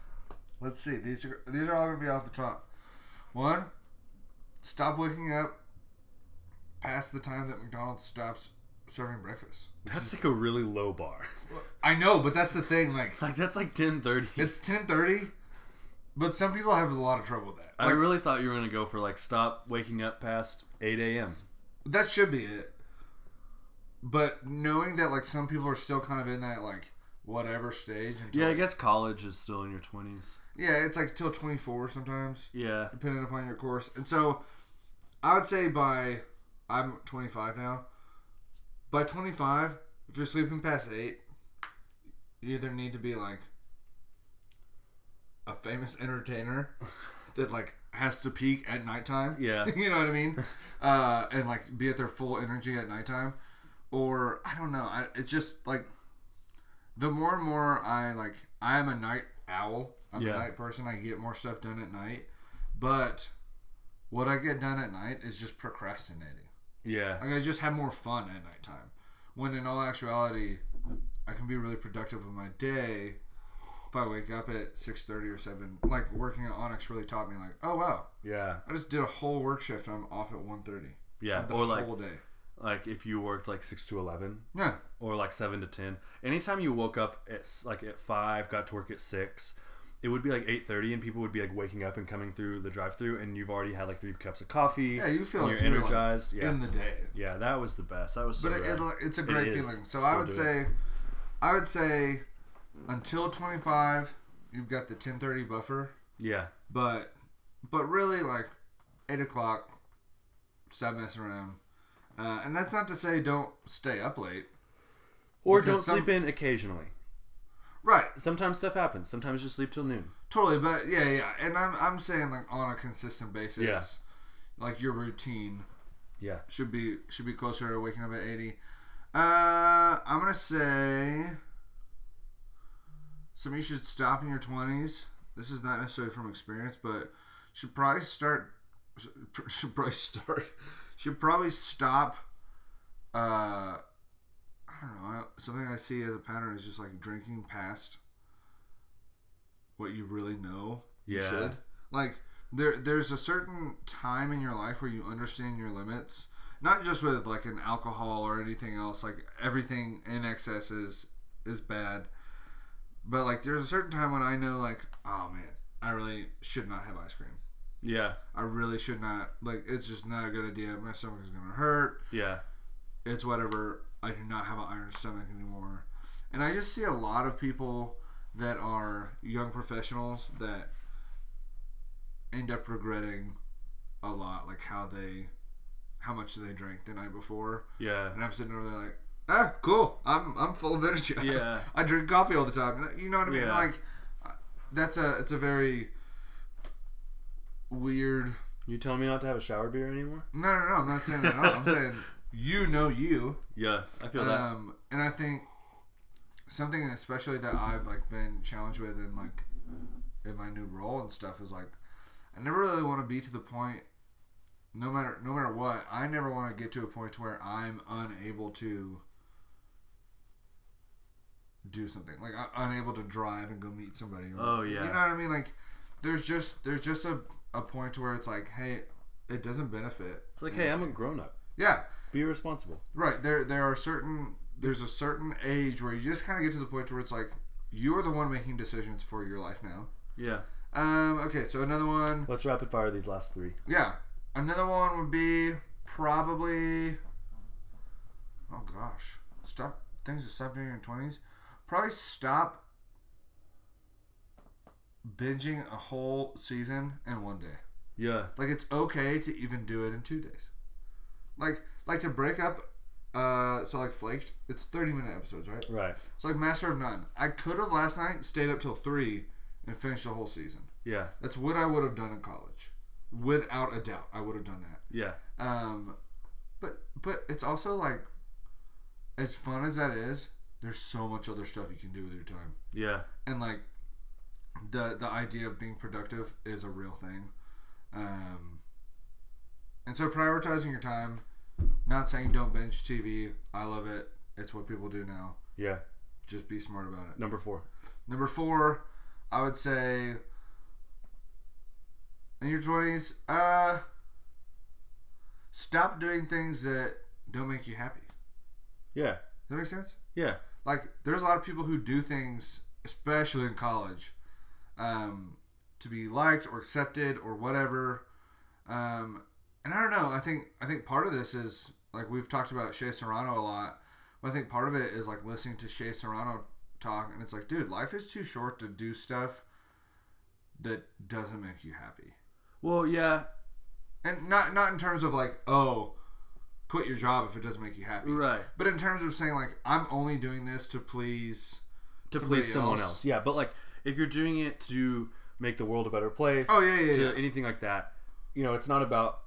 [SPEAKER 2] let's see, these are these are all gonna be off the top. One, stop waking up past the time that McDonald's stops serving breakfast.
[SPEAKER 1] That's like a really low bar.
[SPEAKER 2] I know, but that's the thing, like
[SPEAKER 1] Like that's like ten thirty.
[SPEAKER 2] it's ten thirty, but some people have a lot of trouble with that.
[SPEAKER 1] I really thought you were gonna go for like stop waking up past eight a.m.
[SPEAKER 2] That should be it. But knowing that like some people are still kind of in that like whatever stage until,
[SPEAKER 1] Yeah, I guess college is still in your twenties.
[SPEAKER 2] yeah, it's like till twenty four sometimes.
[SPEAKER 1] Yeah,
[SPEAKER 2] depending upon your course. And so, I would say by I'm 25 now. By 25, if you're sleeping past eight, you either need to be like a famous entertainer that like has to peak at nighttime.
[SPEAKER 1] Yeah.
[SPEAKER 2] (laughs) you know what I mean, uh, and like be at their full energy at nighttime, or I don't know. I, it's just like the more and more I like, I am a night owl. I'm
[SPEAKER 1] Yeah.
[SPEAKER 2] a night person. I get more stuff done at night, but what I get done at night is just procrastinating.
[SPEAKER 1] yeah,
[SPEAKER 2] Like I just have more fun at nighttime. When in all actuality, I can be really productive with my day if I wake up at six thirty or seven. Like working at Onyx really taught me, like, oh wow,
[SPEAKER 1] yeah,
[SPEAKER 2] I just did a whole work shift. I'm off at one thirty.
[SPEAKER 1] yeah.
[SPEAKER 2] the
[SPEAKER 1] Or
[SPEAKER 2] whole
[SPEAKER 1] like
[SPEAKER 2] day.
[SPEAKER 1] like if you worked like six to eleven
[SPEAKER 2] Yeah,
[SPEAKER 1] or like seven to ten. Anytime you woke up at s- like at five, got to work at six, it would be like eight thirty, and people would be like waking up and coming through the drive-through, and you've already had like three cups of coffee.
[SPEAKER 2] yeah, you feel
[SPEAKER 1] and
[SPEAKER 2] like
[SPEAKER 1] you're
[SPEAKER 2] you're, like,
[SPEAKER 1] energized. yeah,
[SPEAKER 2] in the day.
[SPEAKER 1] yeah, that was the best. That was so.
[SPEAKER 2] But it,
[SPEAKER 1] rad.
[SPEAKER 2] it, it's a great
[SPEAKER 1] It is.
[SPEAKER 2] feeling. So
[SPEAKER 1] Still
[SPEAKER 2] I would
[SPEAKER 1] do it.
[SPEAKER 2] say, I would say, until twenty five, you've got the ten thirty buffer.
[SPEAKER 1] yeah,
[SPEAKER 2] But but really like eight o'clock, stop messing around. Uh, and that's not to say don't stay up late.
[SPEAKER 1] or
[SPEAKER 2] Because
[SPEAKER 1] don't
[SPEAKER 2] some-
[SPEAKER 1] sleep in occasionally.
[SPEAKER 2] Right,
[SPEAKER 1] Sometimes stuff happens. Sometimes you sleep till noon.
[SPEAKER 2] totally. But yeah, yeah. And I'm I'm saying like on a consistent basis.
[SPEAKER 1] Yeah.
[SPEAKER 2] Like your routine
[SPEAKER 1] Yeah.
[SPEAKER 2] should be should be closer to waking up at eighty. Uh, I'm gonna say something you should stop in your twenties. This is not necessarily from experience, but should probably start. (laughs) Should probably start. Should probably stop. Uh, I don't know. Something I see as a pattern is just like drinking past what you really know. You
[SPEAKER 1] Yeah.
[SPEAKER 2] should. Like there, there's a certain time in your life where you understand your limits. Not just with like an alcohol or anything else. Like everything in excess is is bad. But like, there's a certain time when I know, like, oh man, I really should not have ice cream.
[SPEAKER 1] Yeah.
[SPEAKER 2] I really should not. Like, it's just not a good idea. My stomach is gonna hurt.
[SPEAKER 1] Yeah.
[SPEAKER 2] It's whatever. I do not have an iron stomach anymore. And I just see a lot of people that are young professionals that end up regretting a lot, like how they, how much they drank the night before.
[SPEAKER 1] Yeah.
[SPEAKER 2] And I'm sitting over there like, ah, cool. I'm I'm full of energy. (laughs)
[SPEAKER 1] Yeah.
[SPEAKER 2] I drink coffee all the time. You know what I mean?
[SPEAKER 1] Yeah.
[SPEAKER 2] Like, that's a it's a very weird.
[SPEAKER 1] You telling me not to have a shower beer anymore?
[SPEAKER 2] No, no, no. I'm not saying that. At all.
[SPEAKER 1] (laughs)
[SPEAKER 2] I'm saying you know you.
[SPEAKER 1] Yeah, I feel that.
[SPEAKER 2] Um, and I think something especially that I've like been challenged with in like in my new role and stuff is like I never really want to be to the point. No matter no matter what, I never want to get to a point where I'm unable to do something. Like I'm unable to drive and go meet somebody.
[SPEAKER 1] Oh,
[SPEAKER 2] You
[SPEAKER 1] yeah.
[SPEAKER 2] know what I mean? Like there's just there's just a, a point to where it's like, hey, it doesn't benefit.
[SPEAKER 1] It's like, hey, I'm a grown up.
[SPEAKER 2] Yeah.
[SPEAKER 1] Be responsible.
[SPEAKER 2] Right. There there are certain there's a certain age where you just kind of get to the point where it's like you're the one making decisions for your life now.
[SPEAKER 1] Yeah.
[SPEAKER 2] Um, okay, so another one.
[SPEAKER 1] Let's rapid fire these last three.
[SPEAKER 2] Yeah. Another one would be probably Oh gosh. Stop things that stop doing in your twenties. Probably stop binging a whole season in one day.
[SPEAKER 1] Yeah.
[SPEAKER 2] Like it's okay to even do it in two days. Like like to break up uh so like flaked, it's thirty minute episodes, right?
[SPEAKER 1] Right.
[SPEAKER 2] It's like Master of None. I could have last night stayed up till three and finished the whole season.
[SPEAKER 1] Yeah.
[SPEAKER 2] That's what I would have done in college. Without a doubt, I would have done that.
[SPEAKER 1] Yeah.
[SPEAKER 2] Um, but but it's also like, as fun as that is, there's so much other stuff you can do with your time,
[SPEAKER 1] Yeah.
[SPEAKER 2] and like, the the idea of being productive is a real thing. Um, and so prioritizing your time, not saying don't binge TV. I love it. It's what people do now.
[SPEAKER 1] Yeah.
[SPEAKER 2] Just be smart about it.
[SPEAKER 1] Number four.
[SPEAKER 2] Number four, I would say in your twenties, uh stop doing things that don't make you happy. Does
[SPEAKER 1] Yeah.
[SPEAKER 2] that make sense?
[SPEAKER 1] Yeah.
[SPEAKER 2] Like there's a lot of people who do things, especially in college, um, to be liked or accepted or whatever. Um, and I don't know, I think I think part of this is like we've talked about Shea Serrano a lot, but I think part of it is like listening to Shea Serrano talk and it's like, dude, life is too short to do stuff that doesn't make you happy.
[SPEAKER 1] Well, yeah.
[SPEAKER 2] And not not in terms of like, oh, quit your job if it doesn't make you happy.
[SPEAKER 1] Right.
[SPEAKER 2] But in terms of saying like I'm only doing this to please
[SPEAKER 1] To
[SPEAKER 2] Somebody
[SPEAKER 1] please someone
[SPEAKER 2] else.
[SPEAKER 1] else. Yeah. But like, if you're doing it to make the world a better place.
[SPEAKER 2] Oh, yeah, yeah,
[SPEAKER 1] To
[SPEAKER 2] yeah.
[SPEAKER 1] anything like that, you know, it's not about.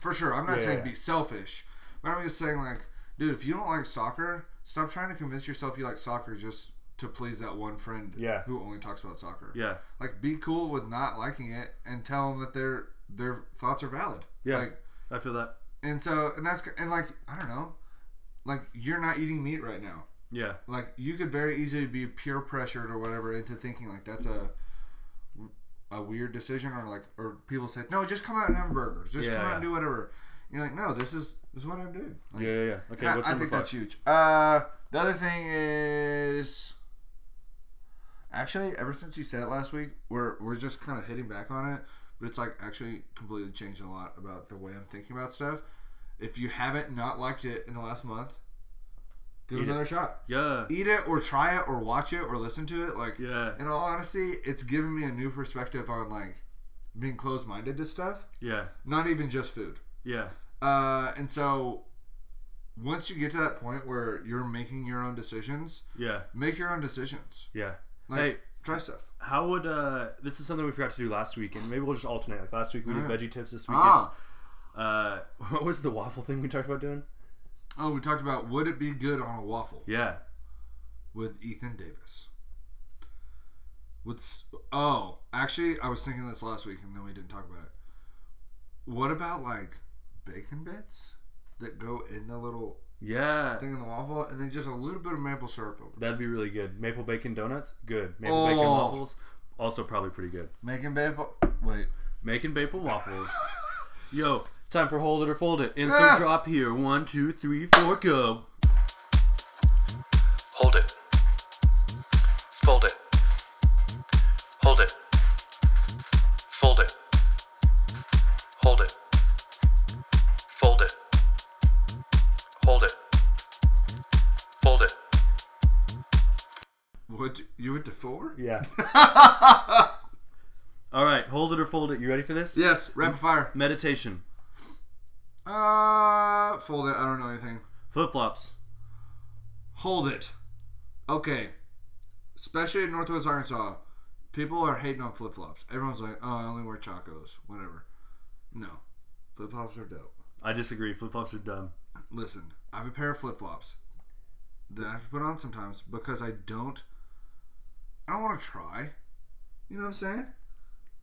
[SPEAKER 2] for sure, I'm not
[SPEAKER 1] Yeah,
[SPEAKER 2] saying
[SPEAKER 1] yeah.
[SPEAKER 2] be selfish, but I'm just saying like, dude, if you don't like soccer, stop trying to convince yourself you like soccer just to please that one friend
[SPEAKER 1] Yeah.
[SPEAKER 2] who only talks about soccer.
[SPEAKER 1] Yeah.
[SPEAKER 2] Like be cool with not liking it and tell them that their their thoughts are valid.
[SPEAKER 1] Yeah.
[SPEAKER 2] Like
[SPEAKER 1] I feel that.
[SPEAKER 2] and so and that's and like I don't know. Like you're not eating meat right now.
[SPEAKER 1] Yeah.
[SPEAKER 2] like you could very easily be peer pressured or whatever into thinking like that's a a weird decision or like or people say no just come out and have burgers just
[SPEAKER 1] Yeah,
[SPEAKER 2] come out
[SPEAKER 1] yeah.
[SPEAKER 2] and do whatever And you're like no this is this is what I'm doing like,
[SPEAKER 1] Yeah. Yeah. yeah. Okay.
[SPEAKER 2] I,
[SPEAKER 1] what's
[SPEAKER 2] I
[SPEAKER 1] number
[SPEAKER 2] think
[SPEAKER 1] five?
[SPEAKER 2] that's huge uh the other thing is actually ever since you said it last week we're we're just kind of hitting back on it but it's like actually completely changed a lot about the way I'm thinking about stuff if you haven't not liked it in the last month give it
[SPEAKER 1] Eat it.
[SPEAKER 2] another shot
[SPEAKER 1] Yeah.
[SPEAKER 2] eat it or try it or watch it or listen to it. Like,
[SPEAKER 1] Yeah.
[SPEAKER 2] in all honesty, it's given me a new perspective on like being closed minded to stuff,
[SPEAKER 1] Yeah.
[SPEAKER 2] not even just food.
[SPEAKER 1] Yeah.
[SPEAKER 2] Uh, and so once you get to that point where you're making your own decisions,
[SPEAKER 1] Yeah.
[SPEAKER 2] make your own decisions.
[SPEAKER 1] Yeah.
[SPEAKER 2] Like,
[SPEAKER 1] hey,
[SPEAKER 2] try stuff.
[SPEAKER 1] How would uh this is something we forgot to do last week, and maybe we'll just alternate. Like last week we did
[SPEAKER 2] Alright.
[SPEAKER 1] veggie tips. This week
[SPEAKER 2] Ah.
[SPEAKER 1] it's uh (laughs) what was the waffle thing we talked about doing?
[SPEAKER 2] Oh, we talked about would it be good on a waffle
[SPEAKER 1] Yeah,
[SPEAKER 2] with Ethan Davis. What's oh, actually, I was thinking this last week and then we didn't talk about it. What about like bacon bits that go in the little
[SPEAKER 1] yeah,
[SPEAKER 2] thing in the waffle and then just a little bit of maple syrup over? it?
[SPEAKER 1] that'd be really good. Maple bacon donuts, good. Maple bacon
[SPEAKER 2] Oh.
[SPEAKER 1] waffles, also probably pretty good.
[SPEAKER 2] Making maple. Wait.
[SPEAKER 1] Making maple waffles. Yo, time for hold it or fold it. Insert
[SPEAKER 2] Ah.
[SPEAKER 1] drop here. One, two, three, four, go.
[SPEAKER 4] Hold it. Fold it. Hold it. Fold it. Hold it. Fold it. Hold it. Fold it.
[SPEAKER 2] What do- you went to four?
[SPEAKER 1] Yeah. (laughs) All right, hold it or fold it. You ready for this?
[SPEAKER 2] Yes, rapid fire.
[SPEAKER 1] Meditation,
[SPEAKER 2] Uh, fold it. I don't know anything.
[SPEAKER 1] flip flops.
[SPEAKER 2] Hold it. Okay. Especially in Northwest Arkansas, people are hating on flip flops. Everyone's like, oh, I only wear chacos. Whatever. No. Flip flops are dope.
[SPEAKER 1] I disagree. Flip flops are dumb.
[SPEAKER 2] Listen, I have a pair of flip flops that I have to put on sometimes because I don't. I don't want to try. You know what I'm saying?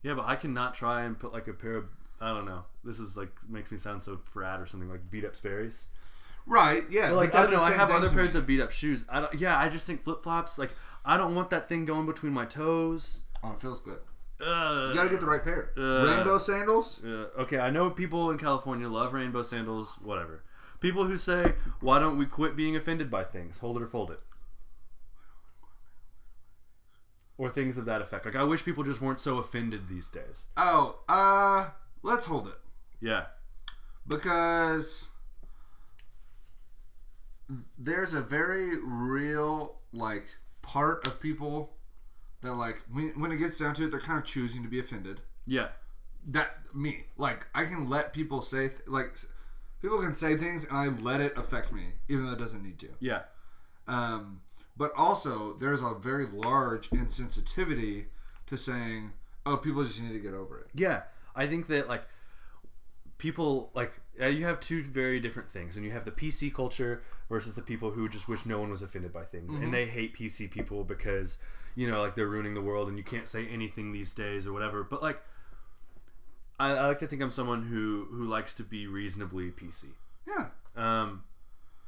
[SPEAKER 1] Yeah, but I cannot try and put like a pair of I don't know. This is like makes me sound so frat or something like beat up Sperry's.
[SPEAKER 2] Right. Yeah.
[SPEAKER 1] But, like
[SPEAKER 2] but
[SPEAKER 1] I don't know, I have other
[SPEAKER 2] pairs
[SPEAKER 1] pairs of beat up shoes. I don't, yeah, I just think flip flops. Like I don't want that thing going between my toes.
[SPEAKER 2] Oh, it feels good.
[SPEAKER 1] Ugh.
[SPEAKER 2] You gotta get the right pair.
[SPEAKER 1] Uh,
[SPEAKER 2] Rainbow sandals.
[SPEAKER 1] Uh, okay, I know people in California love rainbow sandals. Whatever. People who say, "Why don't we quit being offended by things? Hold it or fold it." Or things of that effect. Like I wish people just weren't so offended these days.
[SPEAKER 2] Oh, uh, let's hold it
[SPEAKER 1] Yeah.
[SPEAKER 2] because there's a very real like part of people that like when, when it gets down to it, they're kind of choosing to be offended.
[SPEAKER 1] Yeah.
[SPEAKER 2] that me like i can let people say th- like s- people can say things and i let it affect me even though it doesn't need to
[SPEAKER 1] Yeah.
[SPEAKER 2] um but also there's a very large insensitivity to saying oh people just need to get over it
[SPEAKER 1] Yeah, I think that like people like uh, you have two very different things, and you have the PC culture versus the people who just wish no one was offended by things, and they hate PC people because you know like they're ruining the world, and you can't say anything these days or whatever. But like, I, I like to think I'm someone who who likes to be reasonably PC.
[SPEAKER 2] yeah
[SPEAKER 1] Um,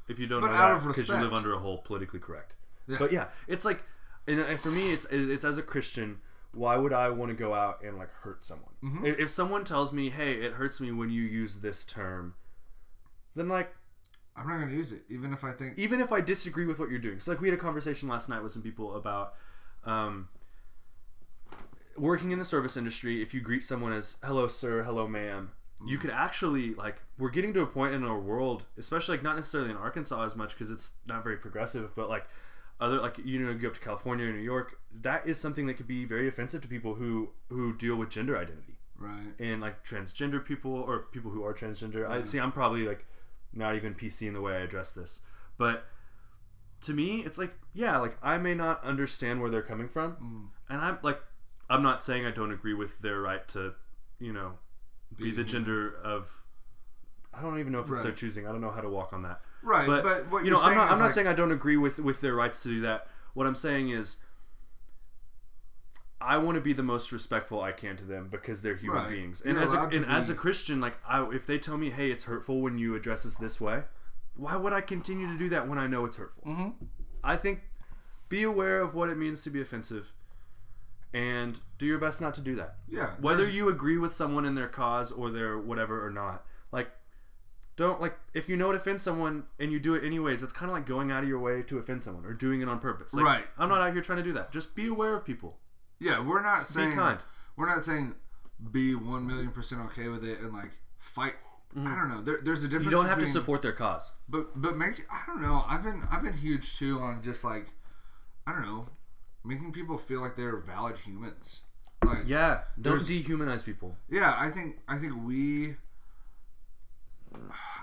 [SPEAKER 1] if you don't
[SPEAKER 2] But
[SPEAKER 1] know
[SPEAKER 2] out
[SPEAKER 1] that,
[SPEAKER 2] of
[SPEAKER 1] because you
[SPEAKER 2] respect.
[SPEAKER 1] live under a whole politically correct.
[SPEAKER 2] Yeah.
[SPEAKER 1] But yeah, it's like, and uh, for me, it's it's as a Christian, why would I want to go out and like hurt someone?
[SPEAKER 2] Mm-hmm.
[SPEAKER 1] If, if someone tells me, "Hey, it hurts me when you use this term," then like,
[SPEAKER 2] i'm not gonna use it even if i think
[SPEAKER 1] even if I disagree with what you're doing, so like we had a conversation last night with some people about. Um, working in the service industry, if you greet someone as "Hello, sir," "Hello, ma'am," you could actually like we're getting to a point in our world, especially like not necessarily in Arkansas as much because it's not very progressive, but like other like you know you go up to California or New York, that is something that could be very offensive to people who who deal with gender identity
[SPEAKER 2] right
[SPEAKER 1] and like transgender people or people who are transgender. I see. I'm probably like not even PC in the way I address this, but to me, it's like yeah, like I may not understand where they're coming from, and I'm like I'm not saying I don't agree with their right to you know be, the gender of. I don't even know if it's their
[SPEAKER 2] Right.
[SPEAKER 1] choosing. I don't know how to walk on that.
[SPEAKER 2] right but,
[SPEAKER 1] But,
[SPEAKER 2] what
[SPEAKER 1] you
[SPEAKER 2] you're
[SPEAKER 1] know, I'm
[SPEAKER 2] saying
[SPEAKER 1] not.
[SPEAKER 2] is
[SPEAKER 1] I'm not
[SPEAKER 2] like,
[SPEAKER 1] saying I don't agree with with their rights to do that. What I'm saying is, I want to be the most respectful I can to them because they're human
[SPEAKER 2] Right.
[SPEAKER 1] beings. And
[SPEAKER 2] You're
[SPEAKER 1] as a,
[SPEAKER 2] allowed to
[SPEAKER 1] and as a
[SPEAKER 2] be-
[SPEAKER 1] Christian, like I, if they tell me, hey, it's hurtful when you address us this way, why would I continue to do that when I know it's hurtful?
[SPEAKER 2] Mm-hmm.
[SPEAKER 1] I think be aware of what it means to be offensive, and do your best not to do that
[SPEAKER 2] yeah
[SPEAKER 1] whether
[SPEAKER 2] there's-
[SPEAKER 1] you agree with someone in their cause or their whatever or not like don't like if you know it offends someone and you do it anyways it's kind of like going out of your way to offend someone or doing it on purpose like,
[SPEAKER 2] Right.
[SPEAKER 1] i'm not out here trying to do that just be aware of people
[SPEAKER 2] yeah we're not saying
[SPEAKER 1] kind.
[SPEAKER 2] we're not saying be one million percent okay with it and like fight i don't know there, there's a difference
[SPEAKER 1] Mm-hmm. you don't have to
[SPEAKER 2] between-
[SPEAKER 1] support their cause
[SPEAKER 2] But but make I don't know. I've been I've been huge too on just like I don't know, making people feel like they're valid humans. Like yeah,
[SPEAKER 1] yeah don't dehumanize people
[SPEAKER 2] I think I think we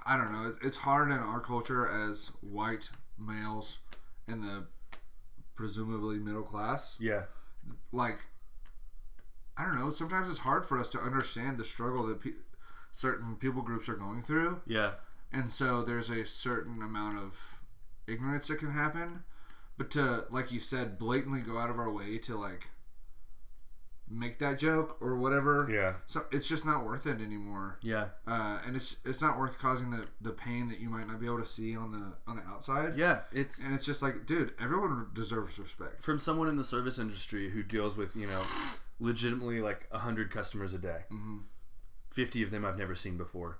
[SPEAKER 2] I don't know. It's, it's hard in our culture as white males in the presumably middle class.
[SPEAKER 1] yeah
[SPEAKER 2] Like I don't know. Sometimes it's hard for us to understand the struggle that pe- certain people groups are going through
[SPEAKER 1] yeah
[SPEAKER 2] and so there's a certain amount of ignorance that can happen but to like you said blatantly go out of our way to like make that joke or whatever
[SPEAKER 1] yeah
[SPEAKER 2] so it's just not worth it anymore
[SPEAKER 1] yeah
[SPEAKER 2] uh, and it's it's not worth causing the the pain that you might not be able to see on the on the outside
[SPEAKER 1] yeah it's
[SPEAKER 2] and it's just like dude everyone deserves respect
[SPEAKER 1] from someone in the service industry who deals with you know legitimately like 100 customers a day 50 of them i've never seen before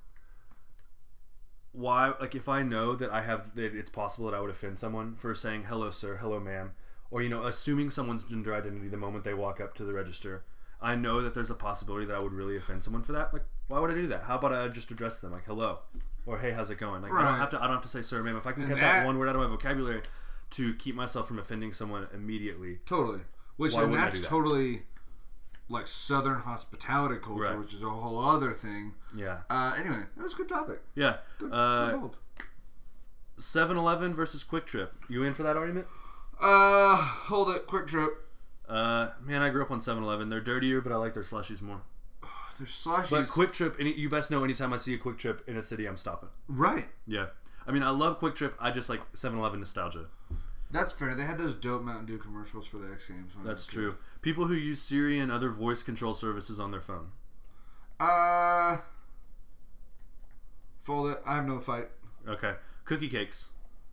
[SPEAKER 1] why like if i know that i have that it's possible that i would offend someone for saying hello sir hello ma'am or you know assuming someone's gender identity the moment they walk up to the register i know that there's a possibility that i would really offend someone for that like why would i do that how about i just address them like hello or hey how's it going like i
[SPEAKER 2] Right.
[SPEAKER 1] don't have to i don't have to say sir ma'am if i can
[SPEAKER 2] And
[SPEAKER 1] get that
[SPEAKER 2] that-
[SPEAKER 1] one word out of my vocabulary to keep myself from offending someone immediately
[SPEAKER 2] Totally. Which
[SPEAKER 1] Why
[SPEAKER 2] and
[SPEAKER 1] wouldn't I
[SPEAKER 2] that's
[SPEAKER 1] do that?
[SPEAKER 2] totally like Southern hospitality culture,
[SPEAKER 1] Right.
[SPEAKER 2] which is a whole other thing.
[SPEAKER 1] yeah
[SPEAKER 2] Uh, anyway, that was a good topic.
[SPEAKER 1] Yeah.
[SPEAKER 2] Good
[SPEAKER 1] Uh,
[SPEAKER 2] hold.
[SPEAKER 1] 7-Eleven versus Quick Trip. You in for that argument?
[SPEAKER 2] Uh, hold it, quick trip.
[SPEAKER 1] Uh, man, I grew up on 7-Eleven. They're dirtier, but I like their slushies more.
[SPEAKER 2] There's slushies.
[SPEAKER 1] But Quick Trip, any, you best know anytime I see a Quick Trip in a city, I'm stopping.
[SPEAKER 2] right.
[SPEAKER 1] Yeah. I mean, I love Quick Trip. I just like 7-Eleven nostalgia.
[SPEAKER 2] That's fair. They had those dope Mountain Dew commercials for the X Games. when I
[SPEAKER 1] That's
[SPEAKER 2] was a
[SPEAKER 1] true. People who use Siri and other voice control services on their phone.
[SPEAKER 2] kid. Uh, fold it. I have no fight.
[SPEAKER 1] Okay. Cookie cakes.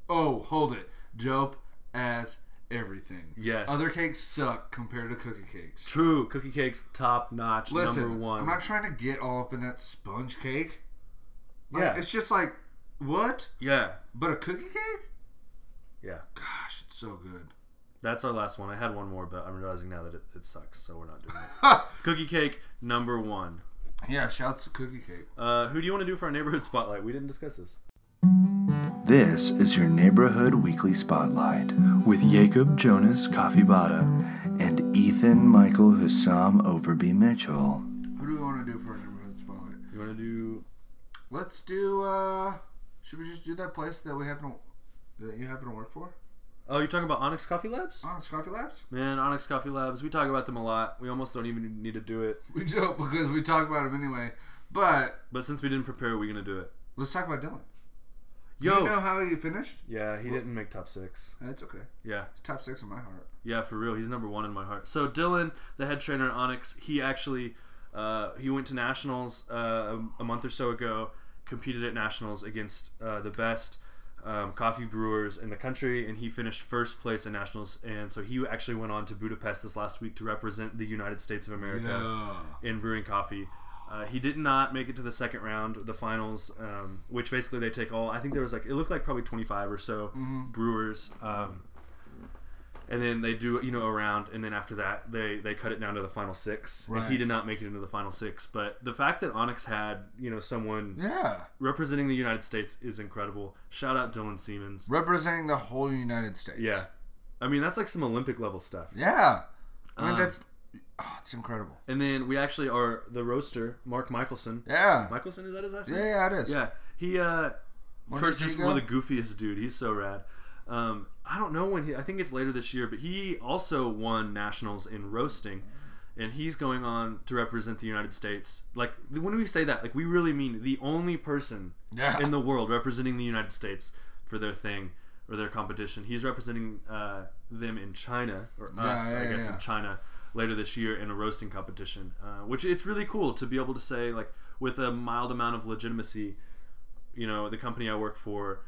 [SPEAKER 2] Oh, hold it. Dope as everything.
[SPEAKER 1] Yes.
[SPEAKER 2] Other cakes suck compared to cookie cakes.
[SPEAKER 1] True. Cookie cakes, top notch,
[SPEAKER 2] Listen,
[SPEAKER 1] number one.
[SPEAKER 2] I'm not trying to get all up in that sponge cake. Like,
[SPEAKER 1] Yeah.
[SPEAKER 2] It's just like, what?
[SPEAKER 1] yeah.
[SPEAKER 2] But a cookie cake?
[SPEAKER 1] Yeah.
[SPEAKER 2] Gosh, it's so good.
[SPEAKER 1] That's our last one. I had one more, but I'm realizing now that it, it sucks, so we're not doing it.
[SPEAKER 2] (laughs)
[SPEAKER 1] Cookie cake, number one.
[SPEAKER 2] Yeah, shouts to cookie cake.
[SPEAKER 1] Uh, who do you want to do for our neighborhood (laughs) spotlight? We didn't discuss this.
[SPEAKER 5] This is your neighborhood weekly spotlight with Jacob Jonas Kafibata and Ethan Michael Hussam Overby Mitchell.
[SPEAKER 2] Who do we want to do for our neighborhood spotlight?
[SPEAKER 1] You want to do?
[SPEAKER 2] Let's do. uh Should we just do that place that we happen to, that you happen to work for?
[SPEAKER 1] Oh, you're talking about Onyx Coffee Labs?
[SPEAKER 2] Honest Coffee Labs. (laughs)
[SPEAKER 1] Man, Onyx Coffee Labs. We talk about them a lot. We almost don't even need to do it.
[SPEAKER 2] We don't because we talk about them anyway. But
[SPEAKER 1] But since we didn't prepare, we're gonna do it.
[SPEAKER 2] let's talk about Dylan.
[SPEAKER 1] Yo.
[SPEAKER 2] Do you know how he finished?
[SPEAKER 1] Yeah, he didn't make top six.
[SPEAKER 2] That's okay.
[SPEAKER 1] Yeah,
[SPEAKER 2] It's top six in my heart.
[SPEAKER 1] yeah, for real. He's number one in my heart. So Dylan, the head trainer at Onyx, he actually uh, he went to nationals uh, a- a month or so ago. Competed at nationals against uh, the best um, coffee brewers in the country, and he finished first place in nationals. And so he actually went on to Budapest this last week to represent the United States of America. in brewing coffee. Uh, he did not make it to the second round, the finals, um, which basically they take all. I think there was like it looked like probably 25 or so
[SPEAKER 2] Mm-hmm.
[SPEAKER 1] brewers, um, and then they do you know a round, and then after that they they cut it down to the final six. And he
[SPEAKER 2] Right.
[SPEAKER 1] did not make it into the final six, but the fact that Onyx had you know someone
[SPEAKER 2] Yeah.
[SPEAKER 1] representing the United States is incredible. Shout out Dylan Siemens.
[SPEAKER 2] Representing the whole United States.
[SPEAKER 1] Yeah, I mean that's like some Olympic level stuff.
[SPEAKER 2] Yeah. I mean,
[SPEAKER 1] Um,
[SPEAKER 2] that's. Oh, it's incredible.
[SPEAKER 1] And then we actually are the roaster Mark Michelson.
[SPEAKER 2] Yeah.
[SPEAKER 1] Michelson is that his last name?
[SPEAKER 2] Yeah, yeah, it is.
[SPEAKER 1] Yeah, he uh,
[SPEAKER 2] When
[SPEAKER 1] first
[SPEAKER 2] did he
[SPEAKER 1] just
[SPEAKER 2] go?
[SPEAKER 1] one of the goofiest dude. He's so rad. Um, I don't know when he. I think it's later this year, but he also won nationals in roasting, and he's going on to represent the United States. Like when we say that, like we really mean the only person
[SPEAKER 2] Yeah.
[SPEAKER 1] (laughs) in the world representing the United States for their thing or their competition. He's representing uh, them in China or us,
[SPEAKER 2] yeah,
[SPEAKER 1] I guess,
[SPEAKER 2] yeah.
[SPEAKER 1] in China later this year in a roasting competition, uh, which it's really cool to be able to say like with a mild amount of legitimacy. You know, the company I work for,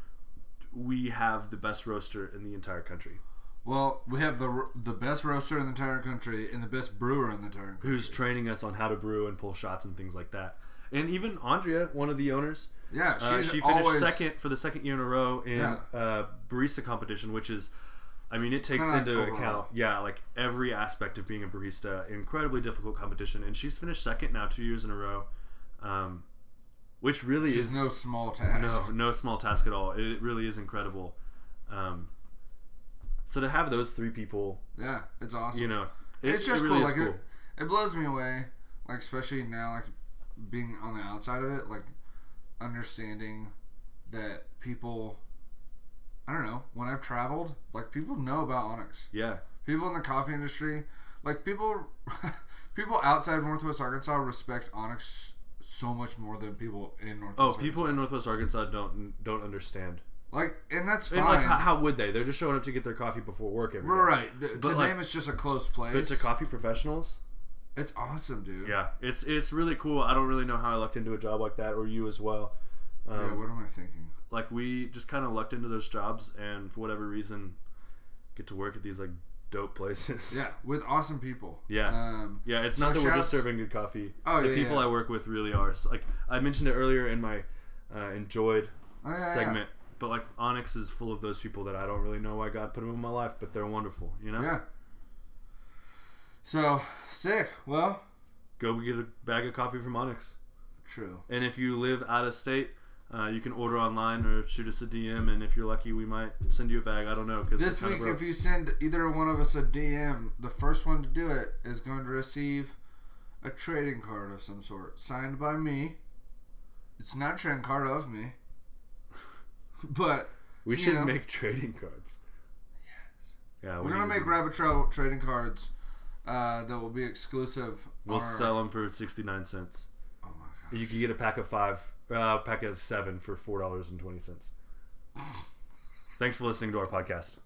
[SPEAKER 1] we have the best roaster in the entire country
[SPEAKER 2] Well, we have the the best roaster in the entire country and the best brewer in the entire country.
[SPEAKER 1] who's training us on how to brew and pull shots and things like that. And even Andrea, one of the owners,
[SPEAKER 2] Yeah,
[SPEAKER 1] Uh,
[SPEAKER 2] she's
[SPEAKER 1] she finished
[SPEAKER 2] always
[SPEAKER 1] second for the second year in a row in
[SPEAKER 2] Yeah.
[SPEAKER 1] uh, barista competition, which is, I mean, it takes
[SPEAKER 2] Kinda like
[SPEAKER 1] into
[SPEAKER 2] overall.
[SPEAKER 1] account, yeah, like every aspect of being a barista. Incredibly difficult competition, and she's finished second now two years in a row, um, which really
[SPEAKER 2] She's
[SPEAKER 1] is
[SPEAKER 2] no small task.
[SPEAKER 1] no no small task at all. It, it really is incredible. Um, so to have those three people,
[SPEAKER 2] Yeah, it's awesome.
[SPEAKER 1] you know, it,
[SPEAKER 2] it's just
[SPEAKER 1] it really
[SPEAKER 2] cool.
[SPEAKER 1] is
[SPEAKER 2] Like
[SPEAKER 1] cool.
[SPEAKER 2] It, it blows me away. Like especially now, like being on the outside of it, like understanding that people. I don't know. When I've traveled, like people know about Onyx.
[SPEAKER 1] yeah,
[SPEAKER 2] People in the coffee industry, like people, (laughs) people outside of Northwest Arkansas respect Onyx so much more than people in Northwest.
[SPEAKER 1] Oh,
[SPEAKER 2] Arkansas.
[SPEAKER 1] people in Northwest Arkansas don't don't understand.
[SPEAKER 2] like, and that's fine.
[SPEAKER 1] And like, how, how would they? They're just showing up to get their coffee before work every day.
[SPEAKER 2] right. Th- to
[SPEAKER 1] like-
[SPEAKER 2] them, it's just a close place.
[SPEAKER 1] But to coffee professionals,
[SPEAKER 2] it's awesome, dude.
[SPEAKER 1] yeah, it's it's really cool. I don't really know how I lucked into a job like that, or you as well. Um,
[SPEAKER 2] Yeah, what am I thinking?
[SPEAKER 1] like we just kind of lucked into those jobs, and for whatever reason, get to work at these like dope places.
[SPEAKER 2] Yeah, with awesome people.
[SPEAKER 1] Yeah.
[SPEAKER 2] Um,
[SPEAKER 1] (laughs) Yeah, it's
[SPEAKER 2] So
[SPEAKER 1] not that we're
[SPEAKER 2] shouts-
[SPEAKER 1] just serving good coffee.
[SPEAKER 2] Oh,
[SPEAKER 1] the
[SPEAKER 2] yeah,
[SPEAKER 1] people
[SPEAKER 2] yeah.
[SPEAKER 1] I work with really are. So, like I mentioned it earlier in my uh, enjoyed
[SPEAKER 2] oh, yeah, yeah.
[SPEAKER 1] segment, but like Onyx is full of those people that I don't really know why God put them in my life, but they're wonderful. You know,
[SPEAKER 2] Yeah. So sick. Well,
[SPEAKER 1] go get a bag of coffee from Onyx.
[SPEAKER 2] true.
[SPEAKER 1] And if you live out of state, uh, you can order online or shoot us a DM. And if you're lucky, we might send you a bag. I don't know because
[SPEAKER 2] This week, if you send either one of us a DM, the first one to do it is going to receive a trading card of some sort, signed by me. It's not a trading card of me, (laughs) but
[SPEAKER 1] we
[SPEAKER 2] you
[SPEAKER 1] should
[SPEAKER 2] know,
[SPEAKER 1] make (laughs) trading cards. Yeah,
[SPEAKER 2] We're gonna
[SPEAKER 1] need to
[SPEAKER 2] make
[SPEAKER 1] do-
[SPEAKER 2] rabbit trail trading cards uh, that will be exclusive.
[SPEAKER 1] We'll
[SPEAKER 2] on our-
[SPEAKER 1] sell them for sixty nine cents.
[SPEAKER 2] Oh my god.
[SPEAKER 1] You can get a pack of five,
[SPEAKER 2] (laughs)
[SPEAKER 1] uh, pack of seven for four dollars and twenty cents. Thanks for listening to our podcast.